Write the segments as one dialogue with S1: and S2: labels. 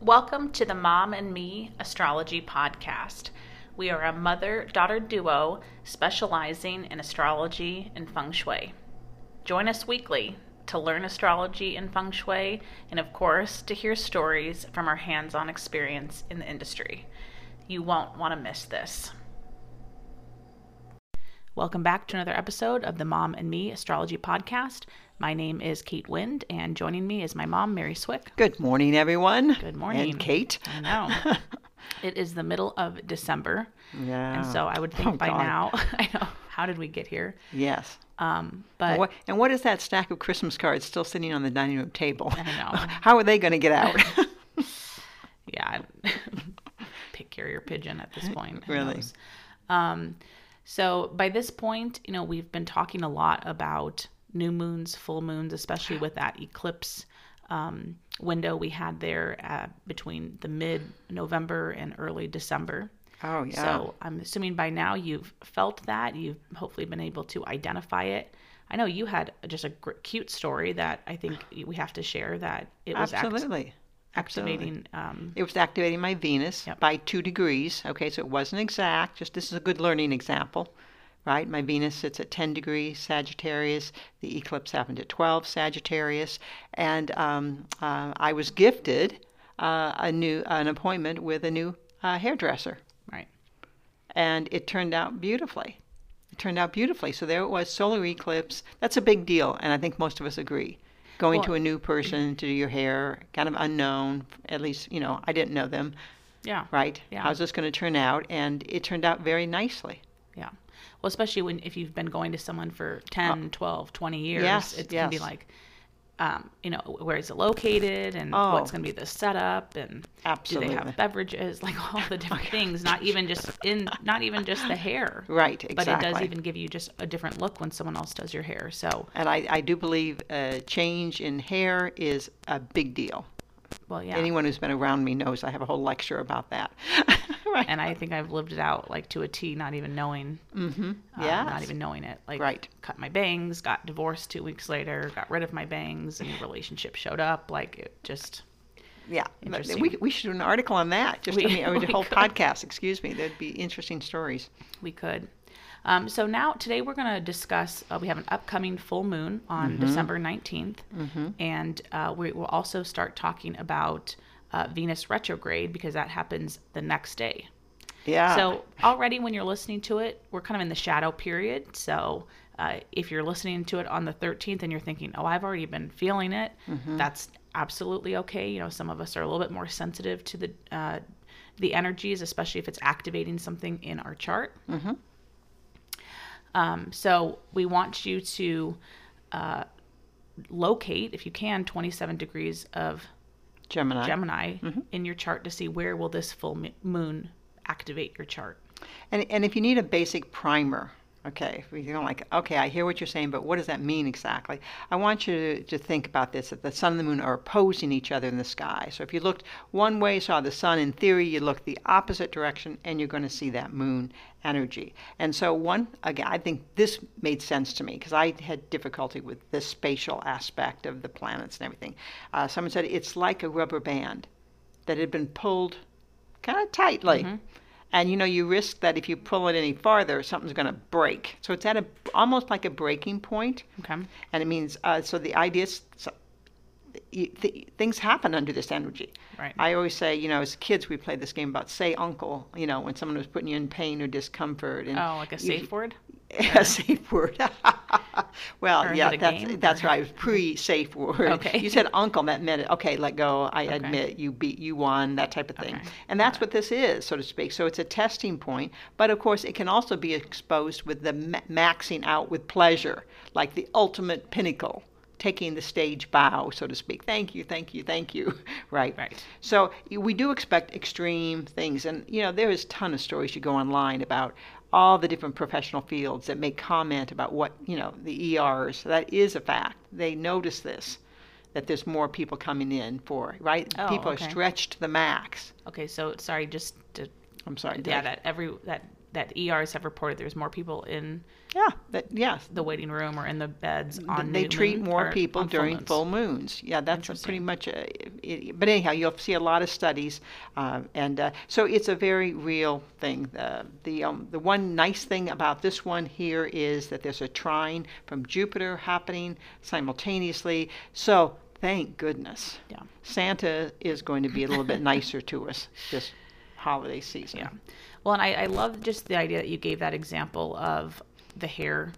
S1: Welcome to the Mom and Me Astrology Podcast. We are a mother daughter duo specializing in astrology and feng shui. Join us weekly to learn astrology and feng shui, and of course, to hear stories from our hands on experience in the industry. You won't want to miss this. Welcome back to another episode of the Mom and Me Astrology Podcast. My name is Kate Wind, and joining me is my mom, Mary Swick.
S2: Good morning, everyone.
S1: Good morning.
S2: And Kate.
S1: I know. it is the middle of December,
S2: Yeah.
S1: and so I would think
S2: Oh,
S1: by
S2: God.
S1: now, I know, how did we get here?
S2: Yes.
S1: Um,
S2: And
S1: but
S2: what, and what is that stack of Christmas cards still sitting on the dining room table?
S1: I know.
S2: How are they going to get out?
S1: yeah, I- pick carrier pigeon at this point. who
S2: Really?
S1: knows? Um, so by this point, you know, we've been talking a lot about new moons, full moons, especially with that eclipse um, window we had there uh, between the mid November and early December.
S2: oh, yeah.
S1: So I'm assuming by now you've felt that. You've hopefully been able to identify it. I know you had just a gr- cute story that I think we have to share that it was act-
S2: Absolutely.
S1: activating. Um,
S2: It was activating my Venus
S1: Yep.
S2: by two degrees. Okay, so it wasn't exact. Just this is a good learning example, right? My Venus sits at 10 degrees Sagittarius. The eclipse happened at 12 Sagittarius, and um, uh, I was gifted uh, a new an appointment with a new uh, hairdresser,
S1: right.
S2: and it turned out beautifully. It turned out beautifully. So there it was, solar eclipse. That's a big deal, and I think most of us agree. Going to a new person to do your hair, kind of unknown. At least you know I didn't know them
S1: Yeah.
S2: right?
S1: Yeah.
S2: How's this going to turn out? And it turned out very nicely.
S1: Yeah. Well, especially when if you've been going to someone for 10, 12, 20 years,
S2: Oh. yes,
S1: it can be
S2: yes.
S1: like, um, you know, where is it located and
S2: Oh.
S1: what's going to be the setup and do they
S2: Absolutely. Oh
S1: have beverages, like all the different things, not even just in, not even just the hair.
S2: Right,
S1: But
S2: exactly.
S1: it does even give you just a different look when someone else does your hair. So,
S2: And I, I do believe uh, change in hair is a big deal.
S1: well, yeah.
S2: Anyone who's been around me knows I have a whole lecture about that. right.
S1: and I think I've lived it out like to a T, not even knowing, um, not
S2: Mm-hmm. Yes.
S1: even knowing it. Like,
S2: Right.
S1: cut my bangs, got divorced two weeks later, got rid of my bangs, and the relationship showed up. Like, it just,
S2: yeah. But
S1: Interesting.
S2: We, we should do an article on that. Just
S1: We-
S2: I mean, I mean,
S1: we
S2: a whole
S1: could.
S2: podcast. Excuse me. There'd be interesting stories.
S1: we could. Um, so now today we're going to discuss. Uh, we have an upcoming full moon on
S2: Mm-hmm.
S1: December 19th and uh, we will also start talking about uh, Venus retrograde because that happens the next day.
S2: Yeah.
S1: So already when you're listening to it, we're kind of in the shadow period. So uh, if you're listening to it on the 13th and you're thinking, oh, I've already been feeling it, that's absolutely okay. You know, some of us are a little bit more sensitive to the uh, the energies, especially if it's activating something in our chart. Um, so we want you to uh, locate, if you can, 27 degrees of
S2: Gemini.
S1: Gemini in your chart to see where will this full mo- moon activate your chart.
S2: And, and if you need a basic primer, okay, if you're like, okay, I hear what you're saying, but what does that mean exactly? I want you to, to think about this that the sun and the moon are opposing each other in the sky. So if you looked one way, saw the sun, in theory, you look the opposite direction, and you're going to see that moon energy. And so, one, again, I think this made sense to me because I had difficulty with the spatial aspect of the planets and everything. Uh, someone said it's like a rubber band that had been pulled kind of tightly. And you know, you risk that if you pull it any farther, something's going to break. So it's at a almost like a breaking point,
S1: Okay.
S2: and it means uh, so the idea is so, you, th- things happen under this energy.
S1: Right.
S2: I always say, you know, as kids, we played this game about say uncle, you know, when someone was putting you in pain or discomfort. And
S1: Oh, like a
S2: you-
S1: safe word?
S2: a safe word. well,
S1: Or is it
S2: yeah,
S1: a
S2: that's
S1: game,
S2: that's right. Pre safe word.
S1: Okay.
S2: You said uncle, that meant it. Okay, let go. I
S1: Okay.
S2: admit you beat, you won, that type of thing.
S1: Okay.
S2: And that's what this is, so to speak. So it's a testing point, but of course, it can also be exposed with the ma- maxing out with pleasure, like the ultimate pinnacle. Taking the stage bow, so to speak. Thank you, thank you, thank you. Right.
S1: Right.
S2: So y- we do expect extreme things, and you know there is a ton of stories you go online about all the different professional fields that make comment about what you know the ERs. That is a fact. They notice this, that there's more people coming in for right.
S1: Oh,
S2: people
S1: okay.
S2: are stretched to the max.
S1: Okay, so sorry, just to,
S2: I'm sorry. did
S1: yeah,
S2: I-
S1: that every that that ERs have reported there's more people in
S2: Yeah, that, yes.
S1: the waiting room or in the beds on
S2: they
S1: new
S2: treat
S1: moon-
S2: more
S1: or
S2: people
S1: on
S2: during
S1: moons.
S2: full moons. Yeah, that's a pretty much. A, it, but anyhow, you'll see a lot of studies, uh, and uh, so it's a very real thing. The the um, the one nice thing about this one here is that there's a trine from Jupiter happening simultaneously. So thank goodness.
S1: Yeah.
S2: Santa is going to be a little bit nicer to us this holiday season.
S1: Yeah. Well, and I, I love just the idea that you gave that example of the hair.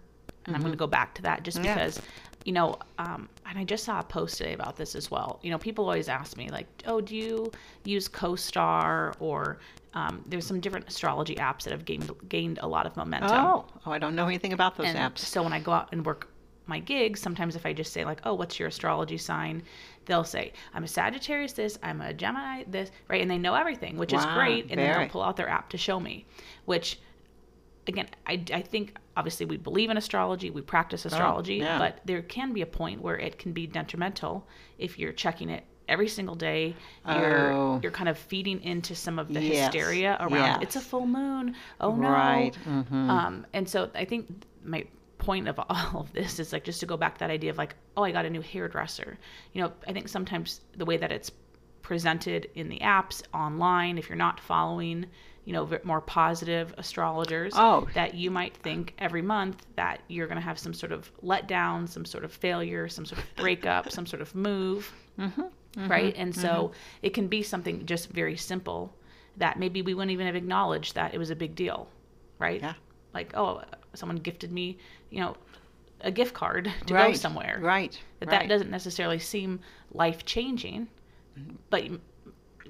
S1: And I'm going to go back to that just
S2: Mm-hmm. Yeah.
S1: because, you know, um, and I just saw a post today about this as well. You know, people always ask me, like, oh, do you use CoStar or um, there's some different astrology apps that have gained, gained a lot of momentum.
S2: Oh, oh, I don't know anything about those
S1: And
S2: apps.
S1: So when I go out and work my gigs, sometimes if I just say like, "Oh, what's your astrology sign?" they'll say, "I'm a Sagittarius this, I'm a Gemini this," right? And they know everything, which is
S2: Wow,
S1: great, and then
S2: very.
S1: they'll pull out their app to show me, which again, I, I think obviously we believe in astrology, we practice astrology,
S2: Oh, yeah.
S1: but there can be a point where it can be detrimental if you're checking it every single day. You're
S2: Oh.
S1: you're kind of feeding into some of the
S2: Yes,
S1: hysteria around it's a
S2: yes.
S1: full moon. Oh no.
S2: Right, Mm-hmm.
S1: Um, and so I think my point of all of this is like just to go back to that idea of like, oh, I got a new hairdresser. You know, I think sometimes the way that it's presented in the apps online, if you're not following, you know, v- more positive astrologers,
S2: Oh.
S1: that you might think every month that you're going to have some sort of letdown, some sort of failure, some sort of breakup, some sort of move
S2: Mm-hmm.
S1: right? And so it can be something just very simple that maybe we wouldn't even have acknowledged that it was a big deal, right?
S2: Yeah.
S1: Like, oh, someone gifted me, you know, a gift card to
S2: right.
S1: go somewhere.
S2: Right.
S1: That
S2: right.
S1: that doesn't necessarily seem life changing,
S2: Mm-hmm.
S1: but you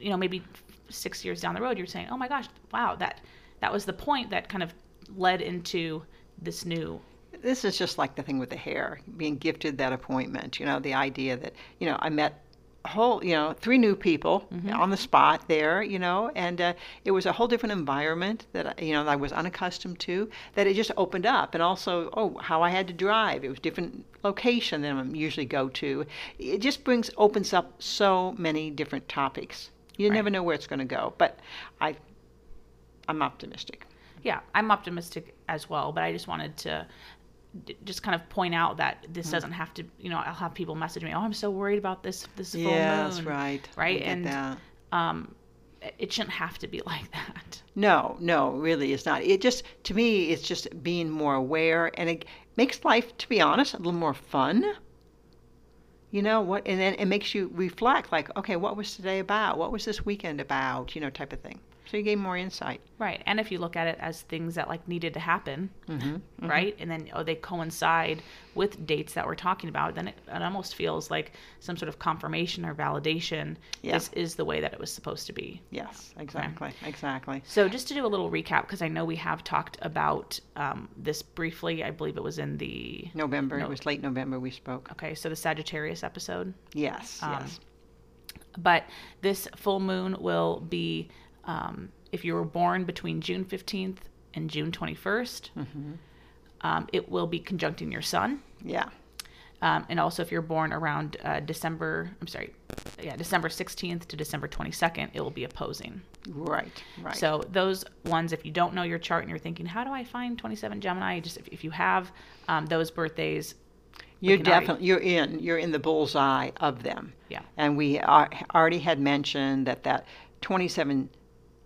S1: know, maybe six years down the road, you're saying, oh my gosh, wow, that that was the point that kind of led into this new
S2: this is just like the thing with the hair being gifted that appointment you know the idea that you know i met a whole you know three new people
S1: Mm-hmm.
S2: on the spot there you know and uh, it was a whole different environment that I- you know that i was unaccustomed to that it just opened up and also oh how i had to drive it was different location than i usually go to it just brings opens up so many different topics you
S1: Right.
S2: never know where it's going to go but i i'm optimistic
S1: yeah i'm optimistic as well but i just wanted to d- just kind of point out that this
S2: Mm-hmm.
S1: doesn't have to you know i'll have people message me oh i'm so worried about this this full moon
S2: right
S1: Right, get and- that. it shouldn't have to be like that
S2: No, no, really, it's not. It just, to me, it's just being more aware, and it makes life, to be honest, a little more fun. You know what? And then it makes you reflect, like, okay, what was today about? What was this weekend about? You know, type of thing. So you gain more insight.
S1: right and if you look at it as things that like needed to happen
S2: Mm-hmm.
S1: right and then oh they coincide with dates that we're talking about then it, it almost feels like some sort of confirmation or validation
S2: Yeah.
S1: this is the way that it was supposed to be
S2: Yes, exactly, exactly.
S1: So, just to do a little recap, because I know we have talked about um, this briefly, I believe it was in the.
S2: November,
S1: No.
S2: it was late November we spoke.
S1: Okay, so the Sagittarius episode.
S2: Yes,
S1: Um,
S2: yes.
S1: But this full moon will be, um, if you were born between June 15th and June 21st, um, it will be conjuncting your sun.
S2: Mm-hmm. Yeah,
S1: Um, and also, if you're born around uh, December, I'm sorry, yeah, December 16th to December 22nd, it will be opposing.
S2: right, right.
S1: So those ones, if you don't know your chart and you're thinking, how do I find 27 Gemini? Just if, if you have um, those birthdays,
S2: You're
S1: can already-
S2: definitely you're in you're in the bullseye of them.
S1: Yeah.
S2: And we are, already had mentioned that that 27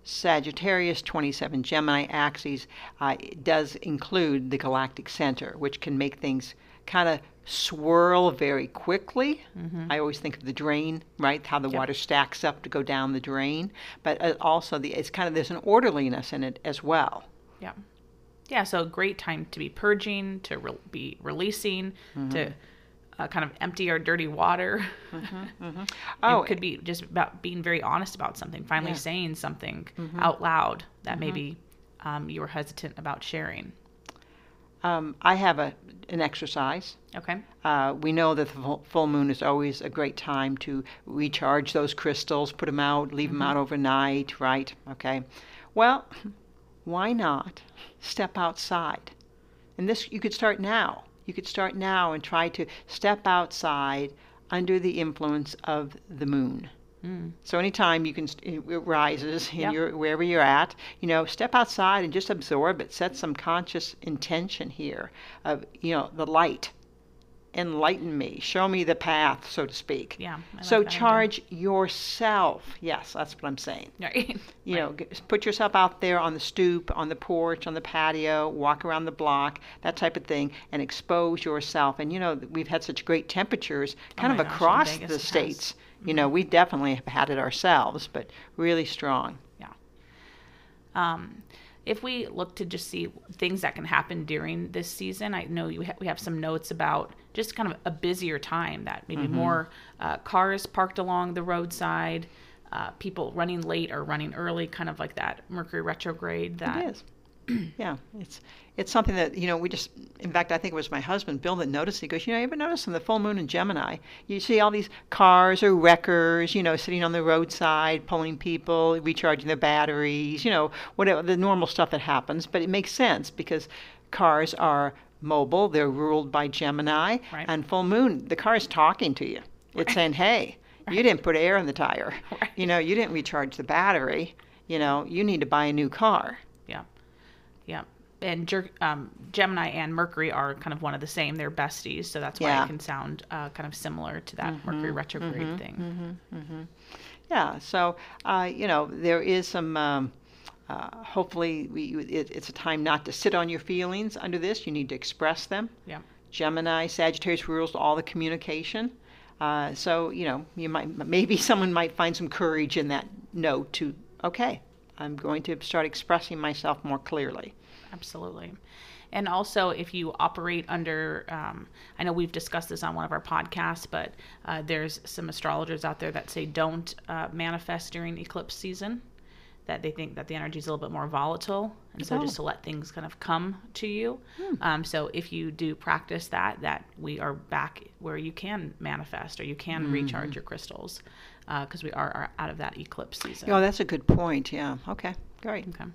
S2: Sagittarius 27 Gemini axis uh, does include the galactic center, which can make things kind of swirl very quickly.
S1: Mm-hmm.
S2: I always think of the drain, right? How the water stacks up to go down the drain, but uh, also the it's kind of there's an orderliness in it as well.
S1: yeah, yeah. So a great time to be purging, to re- be releasing,
S2: Mm-hmm.
S1: to uh, kind of empty our dirty water.
S2: Oh,
S1: it could be just about being very honest about something, finally
S2: Yeah. Mm-hmm.
S1: saying something out loud that maybe um, you were hesitant about sharing.
S2: um, I have a an exercise
S1: Okay.
S2: Uh, we know that the full- full moon is always a great time to recharge those crystals, put them out, leave them out overnight, right? Okay. Well, why not step outside? And this, you could start now. You could start now and try to step outside under the influence of the moon.
S1: Mm,
S2: So anytime you can, st- it it rises in
S1: Yep.
S2: your wherever you're at, you know, step outside and just absorb it. Set some conscious intention here of you know the light. Enlighten me, show me the path, so to speak.
S1: Yeah, I like
S2: so
S1: that idea.
S2: charge yourself. Yes, that's what I'm saying.
S1: Right.
S2: You know, g- put yourself out there on the stoop, on the porch, on the patio, walk around the block, that type of thing, and expose yourself. And you know, th- we've had such great temperatures kind
S1: Oh my
S2: of
S1: gosh, in
S2: across
S1: Vegas
S2: the
S1: it has. Mm-hmm.
S2: states. You know, we definitely have had it ourselves, but really strong.
S1: Yeah. Um, if we look to just see things that can happen during this season, I know you ha- we have some notes about just kind of a busier time that maybe
S2: Mm-hmm.
S1: more uh, cars parked along the roadside, uh, people running late or running early, kind of like that Mercury retrograde. That
S2: It is. yeah, it's it's something that you know we just. In fact, I think it was my husband Bill that noticed. He goes, you know, you ever notice on the full moon in Gemini, you see all these cars or wreckers, you know, sitting on the roadside, pulling people, recharging their batteries, you know, whatever the normal stuff that happens. But it makes sense because cars are mobile; they're ruled by Gemini,
S1: Right.
S2: and full moon, the car is talking to you. It's saying, hey. You didn't put air in the tire.
S1: Right.
S2: You know, you didn't recharge the battery. You know, you need to buy a new car.
S1: Yeah. Yeah. And Jer- um, Gemini and Mercury are kind of one of the same. They're besties, so that's why
S2: Yeah. Mm-hmm.
S1: it can sound uh, kind of similar to that Mercury retrograde thing.
S2: Yeah, so, uh, you know, there is some, um, uh, hopefully, we, you- it, it's a time not to sit on your feelings under this. You need to express them.
S1: Yeah.
S2: Gemini, Sagittarius rules all the communication. Uh, so, you know, you might, maybe someone might find some courage in that note to, okay, I'm going to start expressing myself more clearly.
S1: Absolutely. And also, if you operate under, um, I know we've discussed this on one of our podcasts, but uh, there's some astrologers out there that say don't uh, manifest during eclipse season, that they think that the energy is a little bit more volatile. And so,
S2: Oh. Hmm.
S1: just to let things kind of come to you. Um, so, if you do practice that, that we are back where you can manifest or you can recharge your crystals because we are, are out of that eclipse season.
S2: Oh, that's a good point. Yeah. Okay. Great.
S1: Okay.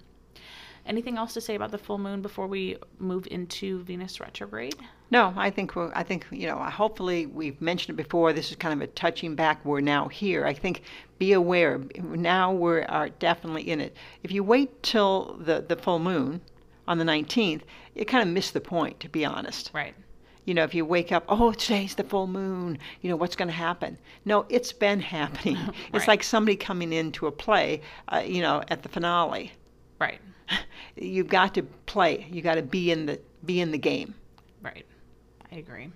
S1: Anything else to say about the full moon before we move into Venus retrograde?
S2: No, I think we're, I think, you know, hopefully we've mentioned it before. This is kind of a touching back. We're now here. I think be aware. Now we are definitely in it. If you wait till the, the full moon on the 19th, you kind of miss the point, to be honest.
S1: Right.
S2: You know, if you wake up, oh, today's the full moon, you know, what's going to happen? No, it's been happening.
S1: Right.
S2: It's like somebody coming into a play, uh, you know, at the finale.
S1: Right.
S2: You've got to play. You got to be in the be in the game.
S1: Right. I agree.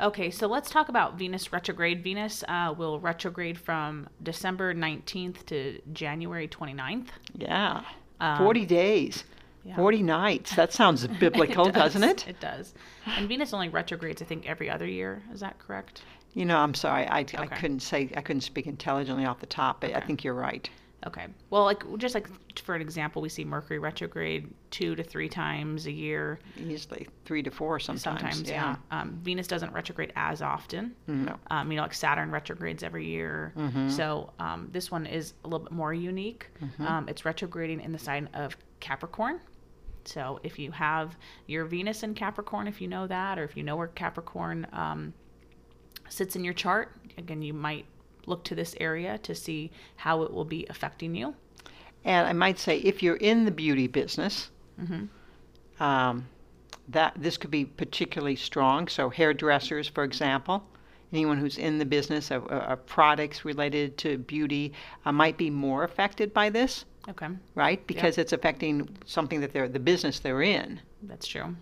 S1: Okay, so let's talk about Venus retrograde. Venus uh, will retrograde from December 19th to January 29th.
S2: Yeah.
S1: Um,
S2: 40 days,
S1: yeah.
S2: 40 nights. That sounds biblical,
S1: does.
S2: does. not it?
S1: It does. And Venus only retrogrades, I think, every other year. Is that correct?
S2: You know, I'm sorry. I, I
S1: Okay.
S2: couldn't say, I couldn't speak intelligently off the top, but I
S1: Okay.
S2: think you're right.
S1: Okay. Well, like just like for an example, we see Mercury retrograde two to three times a year.
S2: Usually three to four sometimes.
S1: Sometimes, yeah. Um, Venus doesn't retrograde as often.
S2: Mm, No.
S1: um, you know, like Saturn retrogrades every year. So um, this one is a little bit more unique. Um, it's retrograding in the sign of Capricorn. So if you have your Venus in Capricorn, if you know that, or if you know where Capricorn um, sits in your chart, again, you might look to this area to see how it will be affecting you.
S2: And I might say, if you're in the beauty business,
S1: Mhm.
S2: um, that this could be particularly strong. So hairdressers, for example, anyone who's in the business of, uh, of products related to beauty uh, might be more affected by this,
S1: Okay,
S2: right? Because it's affecting something that they're the business they're in.
S1: that's true.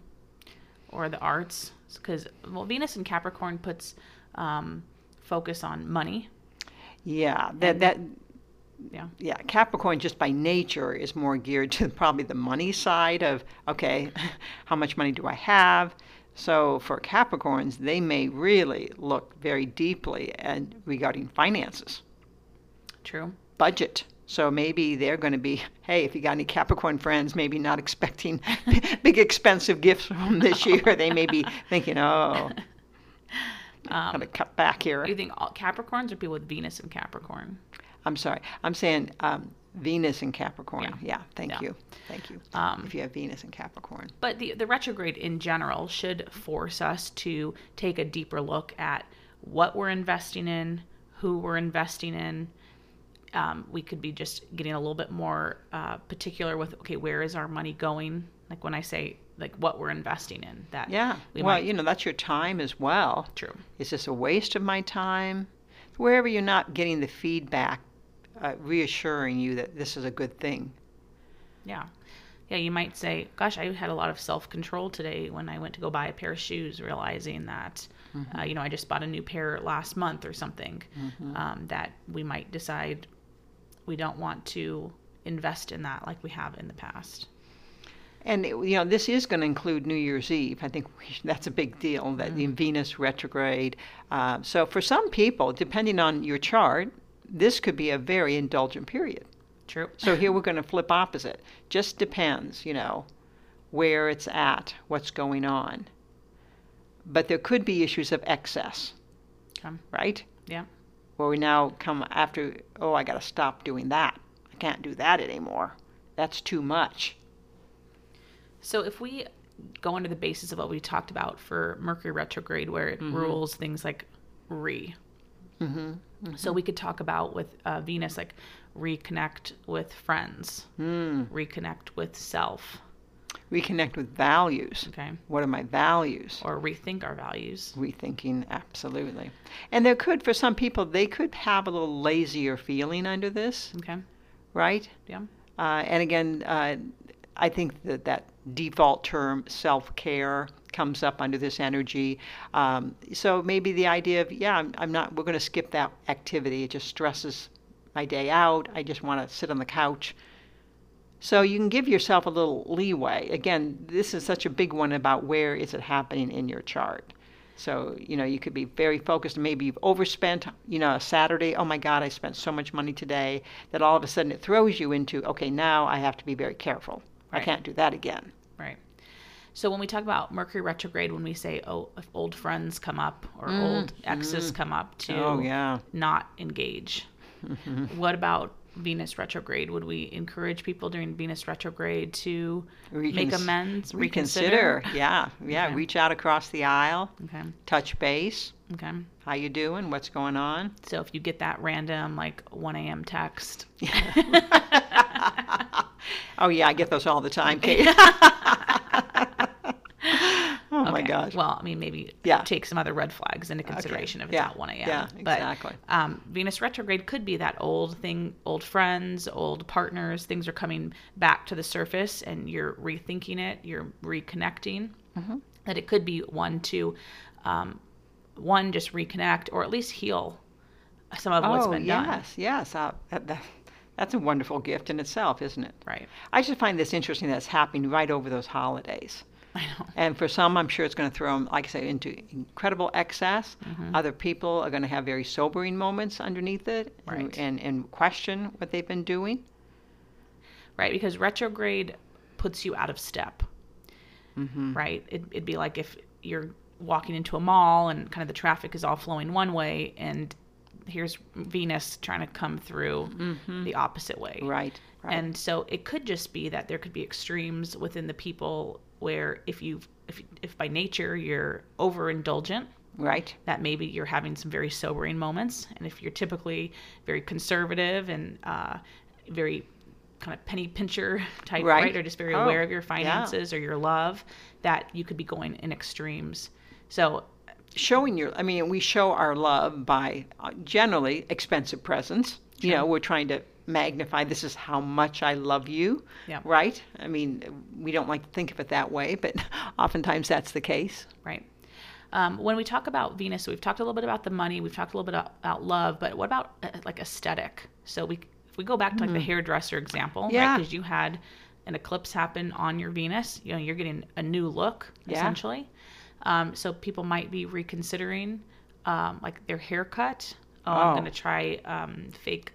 S1: Or the arts, because well, Venus in Capricorn puts um, focus on money.
S2: Yeah, that that
S1: Yeah.
S2: yeah, Capricorn just by nature is more geared to probably the money side of okay, how much money do I have? So for Capricorns, they may really look very deeply and regarding finances,
S1: True.
S2: budget. So maybe they're going to be, hey, if you got any Capricorn friends, maybe not expecting big expensive gifts from this year. They may be thinking, oh, I'm going to cut back here.
S1: Um, You think all Capricorns or people with Venus in Capricorn?
S2: I'm sorry. I'm saying um, Venus and Capricorn.
S1: Yeah.
S2: Yeah. thank
S1: Yeah.
S2: you. Thank you.
S1: Um,
S2: if you have Venus and Capricorn.
S1: But the, the retrograde in general should force us to take a deeper look at what we're investing in, who we're investing in. Um, we could be just getting a little bit more uh, particular with okay, where is our money going? Like when I say like what we're investing in, that
S2: Yeah.
S1: we
S2: well,
S1: might
S2: you know, that's your time as well.
S1: true.
S2: Is this a waste of my time? Wherever you're not getting the feedback uh, reassuring you that this is a good thing.
S1: Yeah. Yeah, you might say, gosh, I had a lot of self control today when I went to go buy a pair of shoes, realizing that,
S2: Mm-hmm.
S1: uh, you know, I just bought a new pair last month or something.
S2: uh,
S1: Um, that we might decide we don't want to invest in that like we have in the past.
S2: And it- you know, this is going to include New Year's Eve. I think we, that's a big deal. That
S1: Mm.
S2: the Venus retrograde. Uh, so for some people, depending on your chart, this could be a very indulgent period.
S1: True.
S2: So here we're going to flip opposite. Just depends, you know, where it's at, what's going on. But there could be issues of excess,
S1: Um,
S2: right?
S1: yeah.
S2: Where we now come after. Oh, I got to stop doing that. I can't do that anymore. That's too much.
S1: So if we go under the basis of what we talked about for Mercury retrograde, where it
S2: Mm-hmm.
S1: rules things like re.
S2: Mm-hmm.
S1: So we could talk about with uh, Venus, like reconnect with friends, reconnect with self,
S2: Hmm. Reconnect with values.
S1: okay,
S2: What are my values?
S1: or rethink our values.
S2: Rethinking, absolutely. And there could, for some people, they could have a little lazier feeling under this,
S1: Okay,
S2: right?
S1: yeah,
S2: Uh, and again, uh, I think that that default term self care comes up under this energy. Um, so maybe the idea of, yeah, I'm, I'm not, we're going to skip that activity. It just stresses my day out. I just want to sit on the couch. So you can give yourself a little leeway. Again, this is such a big one about where is it happening in your chart. So, you know, you could be very focused. Maybe you've overspent, you know, a Saturday. Oh my God, I spent so much money today that all of a sudden it throws you into, okay, now I have to be very careful. I
S1: Right.
S2: can't do that again.
S1: right. So when we talk about Mercury retrograde, when we say, oh, if old friends come up or old exes come up to
S2: Mm. Oh, yeah. Mm.
S1: not engage. What about Venus retrograde? Would we encourage people during Venus retrograde to make
S2: Recons-
S1: amends,
S2: Reconsider.
S1: reconsider?
S2: Yeah. Yeah.
S1: Okay.
S2: Reach out across the aisle,
S1: Okay.
S2: touch base.
S1: Okay.
S2: How you doing? What's going on?
S1: So if you get that random like 1 a.m. text,
S2: Oh yeah, I get those all the time, Kate. oh my
S1: okay.
S2: gosh.
S1: Well, I mean, maybe
S2: Yeah.
S1: take some other red flags into consideration if it's
S2: Yeah.
S1: not 1 a.m.
S2: Yeah,
S1: But,
S2: exactly.
S1: um, Venus retrograde could be that old thing, old friends, old partners, things are coming back to the surface and you're rethinking it, you're reconnecting. That it could be one to, um, one, just reconnect or at least heal some of what's
S2: oh
S1: been done.
S2: yes, yes. Uh, that, that, that's a wonderful gift in itself, isn't it?
S1: Right.
S2: I just find this interesting that's happening right over those holidays.
S1: I know.
S2: And for some, I'm sure it's going to throw them, like I say, into incredible excess.
S1: Mm-hmm.
S2: Other people are going to have very sobering moments underneath it
S1: Right.
S2: and, and question what they've been doing.
S1: right? Because retrograde puts you out of step,
S2: Mm. Mm-hmm.
S1: right? It, it'd be like if you're walking into a mall and kind of the traffic is all flowing one way, and here's Venus trying to come through the opposite way.
S2: Mm-hmm. Right, right.
S1: And so it could just be that there could be extremes within the people where if you if if by nature you're overindulgent,
S2: right.
S1: that maybe you're having some very sobering moments. And if you're typically very conservative and uh, very kind of penny pincher type,
S2: Right.
S1: right, or just very
S2: Oh,
S1: aware of your
S2: yeah.
S1: finances or your love, that you could be going in extremes. So,
S2: showing your i mean we show our love by uh, generally expensive presents you know we're trying to magnify this is how much i love you
S1: Yeah.
S2: right i mean we don't like to think of it that way but oftentimes that's the case
S1: right. Um, when we talk about Venus, we've talked a little bit about the money, we've talked a little bit about, about love, but what about uh, like aesthetic? So we if we go back to like the hairdresser example,
S2: Mm-hmm. Yeah.
S1: Because you had an eclipse happen on your Venus, you know, you're getting a new look
S2: Yeah.
S1: essentially. Um, so people might be reconsidering um, like their haircut. Oh,
S2: Oh.
S1: I'm gonna try um, fake,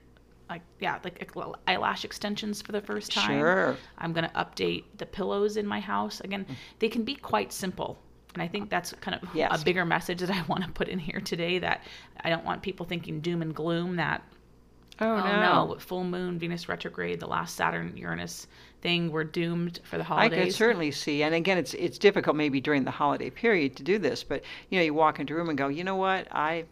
S1: like yeah, like ec- eyelash extensions for the first time.
S2: Sure.
S1: I'm gonna update the pillows in my house. Again, they can be quite simple. And I think that's kind of
S2: Yes.
S1: a bigger message that I want to put in here today that I don't want people thinking doom and gloom that
S2: oh,
S1: oh no, full moon, Venus retrograde, the last Saturn Uranus thing, we're doomed for the
S2: I
S1: holidays.
S2: could certainly see, and again, it's it's difficult maybe during the holiday period to do this, but you know, you walk into a room and go, you know what, I,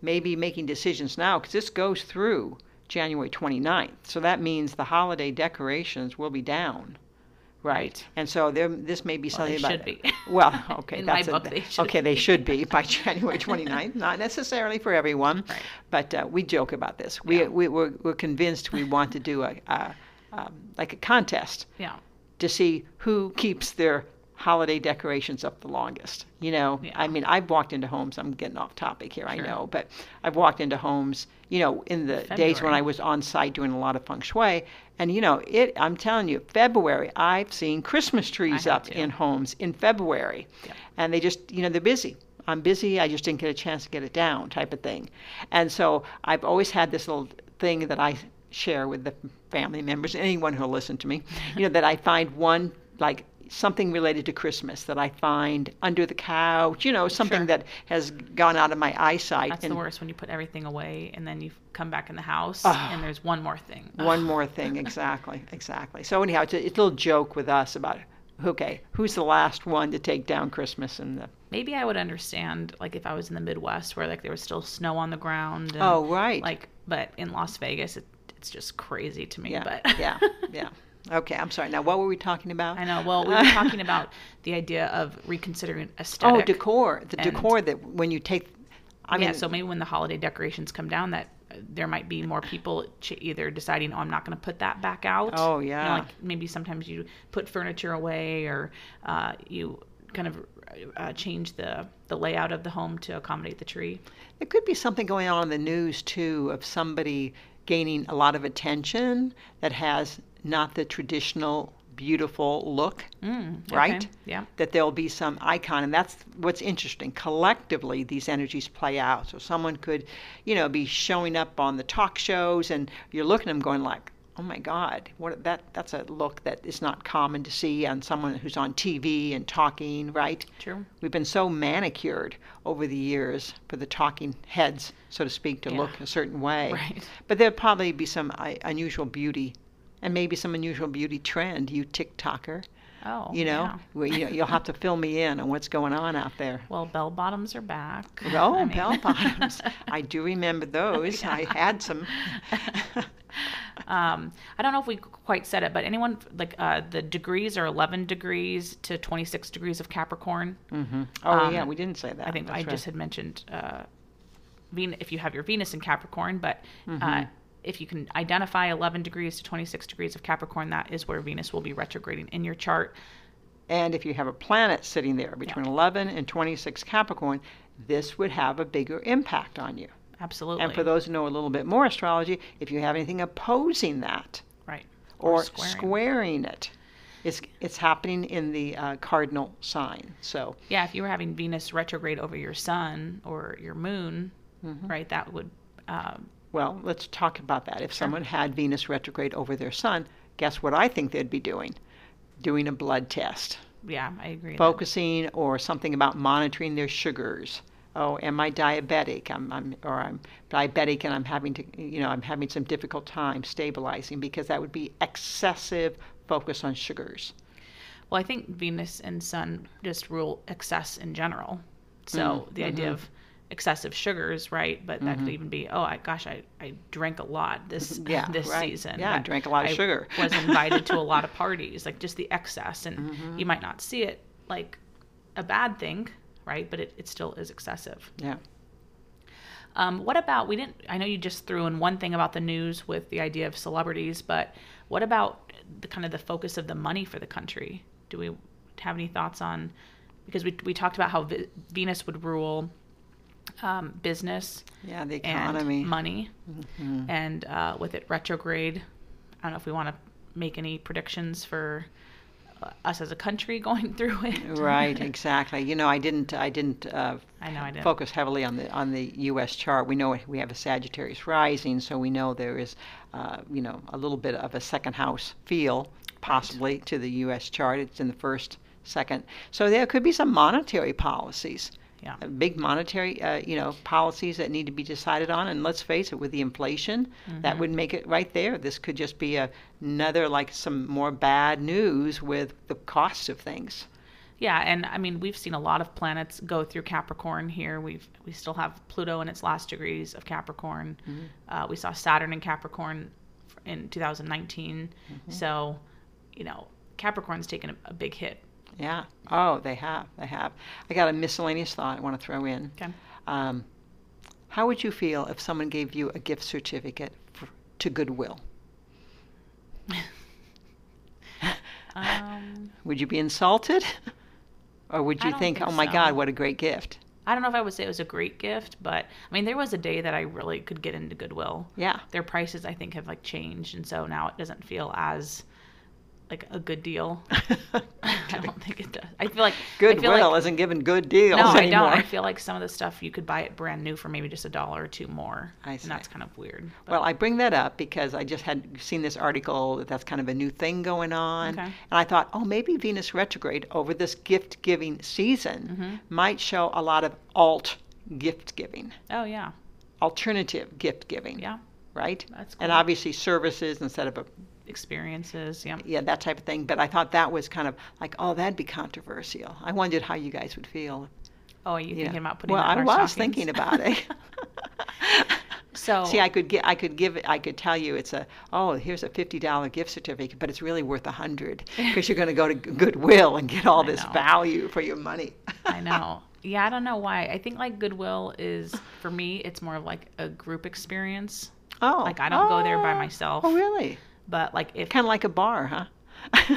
S2: maybe making decisions now because this goes through January 29th. So that means the holiday decorations will be down.
S1: Right.
S2: And so there, this may be
S1: Well, they
S2: something
S1: should
S2: about.
S1: be.
S2: Well, okay,
S1: In my
S2: that's a-
S1: book, they should
S2: okay. They should be by January 29th. Not necessarily for everyone,
S1: Right.
S2: but uh, we joke about this. We,
S1: Yeah.
S2: we we're, we're convinced we want to do a, a um, like a contest
S1: Yeah.
S2: to see who keeps their holiday decorations up the longest. You know,
S1: Yeah.
S2: I mean, I've walked into homes. I'm getting off topic here, I
S1: Sure.
S2: know, but I've walked into homes. You know, in the days when
S1: February.
S2: I was on site doing a lot of feng shui, and you know, it. I'm telling you, February. I've seen Christmas trees
S1: have
S2: up
S1: too.
S2: in homes in February,
S1: Yep.
S2: and they just, you know, they're busy. I'm busy. I just didn't get a chance to get it down, type of thing. And so I've always had this little thing that I share with the family members, anyone who'll listen to me, you know, that I find one like something related to Christmas that I find under the couch, you know, something
S1: Sure.
S2: that has gone out of my eyesight.
S1: That's the worst when you put everything away and then you come back in the house
S2: Ugh.
S1: and there's one more thing. Ugh.
S2: Ah. One more thing, exactly, exactly. So anyhow, it's a, it's a little joke with us about okay, who's the last one to take down Christmas and the
S1: Maybe I would understand like if I was in the Midwest where like there was still snow on the ground. And,
S2: oh right,
S1: Like, but in Las Vegas, it, it's just crazy to me.
S2: yeah,
S1: But
S2: yeah, yeah. Okay, I'm sorry. Now, what were we talking about?
S1: I know. Well, we were talking about the idea of reconsidering aesthetic.
S2: Oh, decor. The
S1: and-
S2: decor that when you take, I
S1: yeah,
S2: mean,
S1: so maybe when the holiday decorations come down, that uh, there might be more people ch- either deciding, oh, I'm not going to put that back out.
S2: Oh,
S1: You know,
S2: yeah.
S1: like maybe sometimes you put furniture away, or uh, you kind of uh, change the the layout of the home to accommodate the tree.
S2: there could be something going on in the news too of somebody gaining a lot of attention that has not the traditional beautiful look.
S1: Mm, okay.
S2: Right?
S1: Yeah.
S2: that there'll be some icon and that's what's interesting collectively these energies play out so someone could you know be showing up on the talk shows and you're looking at them going like oh my god what that that's a look that is not common to see on someone who's on tv and talking right
S1: True.
S2: we've been so manicured over the years for the talking heads so to speak to
S1: Yeah.
S2: look a certain way
S1: Right.
S2: but there'll probably be some uh, unusual beauty and maybe some unusual beauty trend you tiktoker
S1: Oh.
S2: you know,
S1: yeah.
S2: well, you know you'll have to fill me in on what's going on out there.
S1: Well, bell bottoms are back.
S2: Oh,
S1: I mean-
S2: bell bottoms. I do remember those. I had some.
S1: um, I don't know if we quite said it, but anyone like uh, the degrees are 11 degrees to 26 degrees of Capricorn.
S2: hmm Oh,
S1: Um,
S2: yeah, we didn't say that.
S1: I think
S2: That's
S1: I
S2: right.
S1: just had mentioned uh, Venus, if you have your Venus in Capricorn, but
S2: Mm-hmm.
S1: uh, if you can identify 11 degrees to 26 degrees of Capricorn, that is where Venus will be retrograding in your chart.
S2: And if you have a planet sitting there between 11 and 26 Capricorn, this would have a bigger impact on you.
S1: Absolutely.
S2: And for those who know a little bit more astrology, if you have anything opposing that
S1: right.
S2: or, squaring. it, it's, it's happening in the uh, cardinal sign. So,
S1: Yeah, if you were having Venus retrograde over your sun or your moon,
S2: Mm-hmm.
S1: right, that would. Um,
S2: Well, let's talk about that. If someone had Venus retrograde over their sun, guess what I think they'd be doing? Doing a blood test,
S1: yeah, I agree. that-
S2: focusing or something about monitoring their sugars. Oh, am I diabetic? I'm, I'm or I'm diabetic and I'm having to, you know, I'm having some difficult time stabilizing because that would be excessive focus on sugars.
S1: Well, I think Venus and Sun just rule excess in general. So
S2: Mm-hmm.
S1: the idea of excessive sugars, right? But that could even be, oh, I, gosh, I, I drank a lot this
S2: Yeah,
S1: this
S2: right.
S1: season.
S2: Yeah, I
S1: but
S2: drank a lot of sugar."
S1: was invited to a lot of parties, like just the excess, and
S2: Mm-hmm.
S1: you might not see it like a bad thing, right? But it, it still is excessive.
S2: Yeah.
S1: Um, what about we didn't? I know you just threw in one thing about the news with the idea of celebrities, but what about the kind of the focus of the money for the country? Do we have any thoughts on? Because we we talked about how v- Venus would rule um, business
S2: Yeah, the
S1: and
S2: economy. Mm-hmm.
S1: money, and uh, with it retrograde, I don't know if we want to make any predictions for uh, us as a country going through it.
S2: right, exactly. You know, I didn't I didn't uh,
S1: I know I did.
S2: focus heavily on the on the U.S. chart. We know we have a Sagittarius rising, so we know there is, uh, you know, a little bit of a second house feel possibly to the U.S. chart. It's in the first, second, so there could be some monetary policies.
S1: Yeah.
S2: uh, Big monetary, uh, you know, policies that need to be decided on, and let's face it, with the inflation,
S1: Mm-hmm.
S2: that would make it right there. This could just be a, another like some more bad news with the cost of things.
S1: Yeah, and I mean we've seen a lot of planets go through Capricorn here. We've we still have Pluto in its last degrees of Capricorn. Uh, we saw Saturn in Capricorn f- in 2019.
S2: Mm-hmm.
S1: So, you know, Capricorn's taken a, a big hit.
S2: Yeah. Oh, they have. They have. I got a miscellaneous thought I want to throw in.
S1: Okay.
S2: Um, how would you feel if someone gave you a gift certificate for, to Goodwill?
S1: Um,
S2: Would you be insulted? Or would
S1: I
S2: you
S1: don't
S2: think,
S1: think
S2: oh my God,
S1: so.
S2: what a great gift?
S1: I don't know if I would say it was a great gift, but I mean there was a day that I really could get into Goodwill.
S2: Yeah.
S1: Their prices I think have like changed and so now it doesn't feel as like a good deal. I don't think it does. I feel like I feel like-
S2: Goodwill isn't giving good deals
S1: no, I
S2: anymore.
S1: don't. I feel like some of the stuff you could buy it brand new for maybe just a dollar or two more.
S2: I see.
S1: And that's kind of weird. But
S2: Well, I bring that up because I just had seen this article that that's kind of a new thing going on.
S1: Okay.
S2: And I thought, oh, maybe Venus retrograde over this gift giving season
S1: Mm-hmm.
S2: might show a lot of alt gift giving,
S1: oh yeah,
S2: alternative gift giving,
S1: yeah.
S2: right?
S1: That's
S2: And
S1: cool.
S2: obviously services instead of a
S1: Experiences, yeah.
S2: yeah, that type of thing. But I thought that was kind of like, oh, that'd be controversial. I wondered how you guys would feel.
S1: Oh, are you
S2: you know.
S1: thinking about putting?
S2: well,
S1: that in
S2: I
S1: our
S2: was
S1: stockings?
S2: thinking about it.
S1: so
S2: See, I could get, I could give, I could tell you it's a, oh, here's a fifty dollar gift certificate, but it's really worth a hundred because you're going to go to G- Goodwill and get all
S1: I
S2: this
S1: know.
S2: value for your money.
S1: I know. Yeah, I don't know why. I think like Goodwill is for me. It's more of like a group experience.
S2: Oh,
S1: Like, I don't go there by
S2: oh,
S1: myself.
S2: Oh, really?
S1: But like if
S2: Kind of like a bar, huh?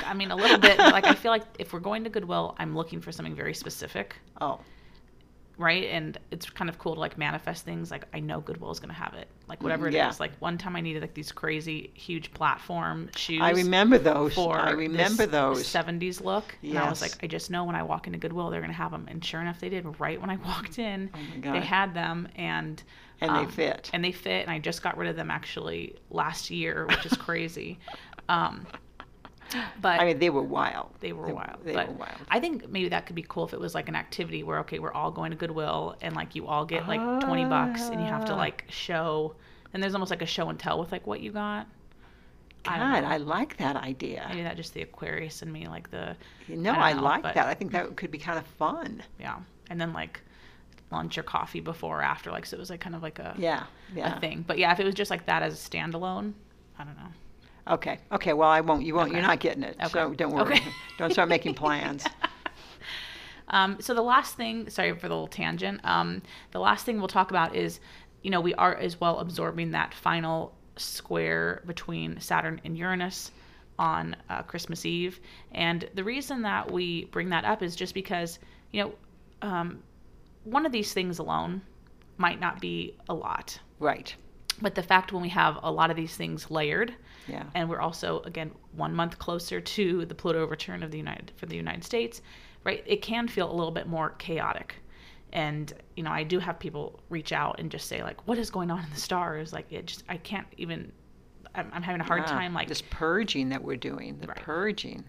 S1: I mean a little bit, like I feel like if we're going to Goodwill, I'm looking for something very specific.
S2: oh,
S1: right? And it's kind of cool to like manifest things. Like I know Goodwill is gonna have it. Like whatever it is.
S2: Mm-hmm. yeah.
S1: Like one time I needed like these crazy huge platform shoes.
S2: I remember those.
S1: For
S2: I remember those.
S1: seventies look, and I was
S2: Yes.
S1: like, I just know when I walk into Goodwill, they're gonna have them. And sure enough, they did. Right when I walked in,
S2: Oh my
S1: they
S2: God.
S1: had them, and um,
S2: And they fit.
S1: and they fit. And I just got rid of them actually last year, which is crazy. um, but
S2: I mean, they were wild.
S1: they were wild.
S2: They
S1: but
S2: were wild.
S1: I think maybe that could be cool if it was like an activity where okay, we're all going to Goodwill and like you all get like twenty bucks and you have to
S2: Ah.
S1: like show and there's almost like a show and tell with like what you got. I don't
S2: God,
S1: know.
S2: I, like that idea.
S1: Maybe that just the Aquarius in me, like the
S2: No,
S1: don't
S2: I,
S1: know,
S2: like
S1: but-
S2: that. I think that could be kind of fun.
S1: yeah, and then like lunch or coffee before or after, like so it was like kind of like a
S2: Yeah,
S1: a
S2: yeah.
S1: thing. But yeah, if it was just like that as a standalone, I don't know.
S2: Okay, okay. Well, I won't. You won't.
S1: Okay.
S2: You're not getting it.
S1: Okay.
S2: So don't worry.
S1: Okay.
S2: Don't start making plans.
S1: Um, so the last thing, sorry for the little tangent. Um, the last thing we'll talk about is, you know, we are as well absorbing that final square between Saturn and Uranus on uh, Christmas Eve, and the reason that we bring that up is just because, you know, um, one of these things alone might not be a lot,
S2: Right.
S1: but the fact when we have a lot of these things layered,
S2: Yeah.
S1: and we're also again one month closer to the Pluto return of the United for the United States, right? It can feel a little bit more chaotic, and you know I do have people reach out and just say like, "What is going on in the stars?" Like it just I can't even. I'm, I'm having a hard
S2: Yeah.
S1: time like
S2: Ah, this purging that we're doing. The
S1: Right.
S2: purging.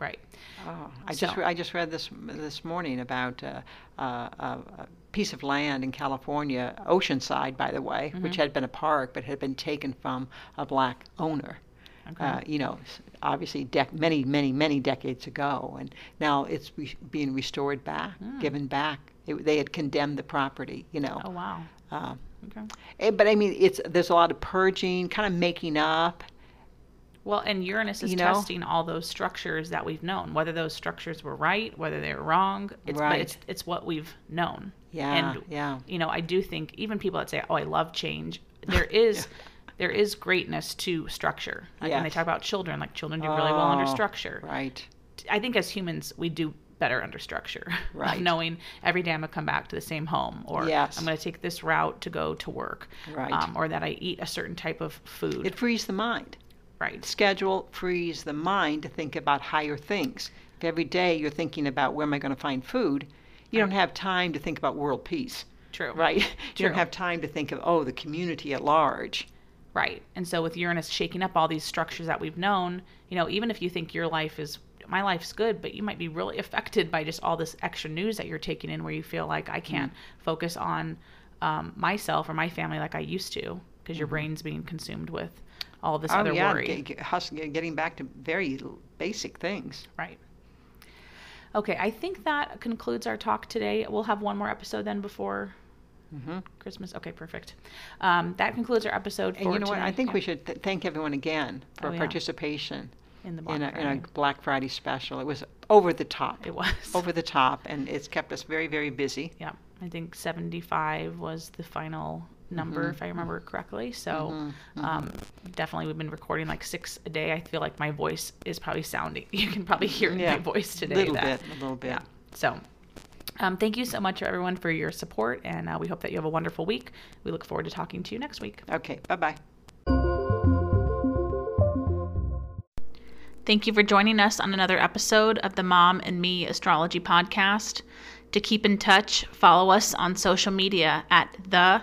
S1: right.
S2: Oh, I
S1: So-
S2: just re- I just read this this morning about uh, uh, a, a piece of land in California, Oceanside, by the way, which
S1: Mm-hmm.
S2: had been a park but had been taken from a black owner.
S1: Okay.
S2: Uh, you know, s- obviously dec- many many many decades ago, and now it's re- being restored back, given back. It, they had condemned the property. You know.
S1: Hmm. Oh wow.
S2: Um,
S1: Okay.
S2: eh, but I mean, it's there's a lot of purging, kind of making up.
S1: Well, and Uranus is
S2: You know?
S1: testing all those structures that we've known, whether those structures were right, whether they're wrong. It's, But
S2: Right.
S1: it's, it's what we've known.
S2: Yeah,
S1: And,
S2: yeah.
S1: you know, I do think even people that say, "Oh, I love change," there is. There is greatness to structure. Like when they
S2: Yes.
S1: talk about children, like children do really well under
S2: Oh,
S1: structure.
S2: Right.
S1: I think as humans, we do better under structure. of
S2: Right.
S1: Knowing every day I'm going to come back to the same home, or
S2: Yes.
S1: I'm going to take this route to go to work,
S2: Right.
S1: um, or that I eat a certain type of food.
S2: It frees the mind.
S1: right.
S2: Schedule frees the mind to think about higher things. If every day you're thinking about where am I going to find food, you don't have time to think about world peace,
S1: True.
S2: right? You
S1: True.
S2: don't have time to think of oh the community at large.
S1: Right. And so with Uranus shaking up all these structures that we've known, you know, even if you think your life is my life's good, but you might be really affected by just all this extra news that you're taking in where you feel like
S2: Mm-hmm.
S1: I can't focus on um, myself or my family like I used to because your brain's being consumed with all this other
S2: Mm-hmm. oh yeah,
S1: worry.
S2: get- get- hus- getting back to very l- basic things.
S1: Right. Okay, I think that concludes our talk today. We'll have one more episode then before Mm-hmm.
S2: hmm
S1: Christmas. Okay, perfect. Um, that concludes our episode
S2: And
S1: for
S2: you know what? I
S1: tonight.
S2: think we
S1: Yeah,
S2: should th- thank everyone again for
S1: Oh, yeah.
S2: participation
S1: in the
S2: in, a,
S1: Black
S2: in a
S1: Friday.
S2: Black Friday special. It was over the top.
S1: It was
S2: Over the top, and it's kept us very, very busy.
S1: Yeah, I think 75 was the final number,
S2: Mhm.
S1: if I remember correctly. So
S2: Mhm, mhm.
S1: um, definitely, we've been recording like six a day. I feel like my voice is probably sounding. You can probably hear it in
S2: Yeah,
S1: my voice today.
S2: a little
S1: that-
S2: bit, a little bit.
S1: Yeah. So. Um, thank you so much, everyone, for your support, and uh, we hope that you have a wonderful week. We look forward to talking to you next week.
S2: Okay, bye bye.
S1: Thank you for joining us on another episode of the Mom and Me Astrology Podcast. To keep in touch, follow us on social media at the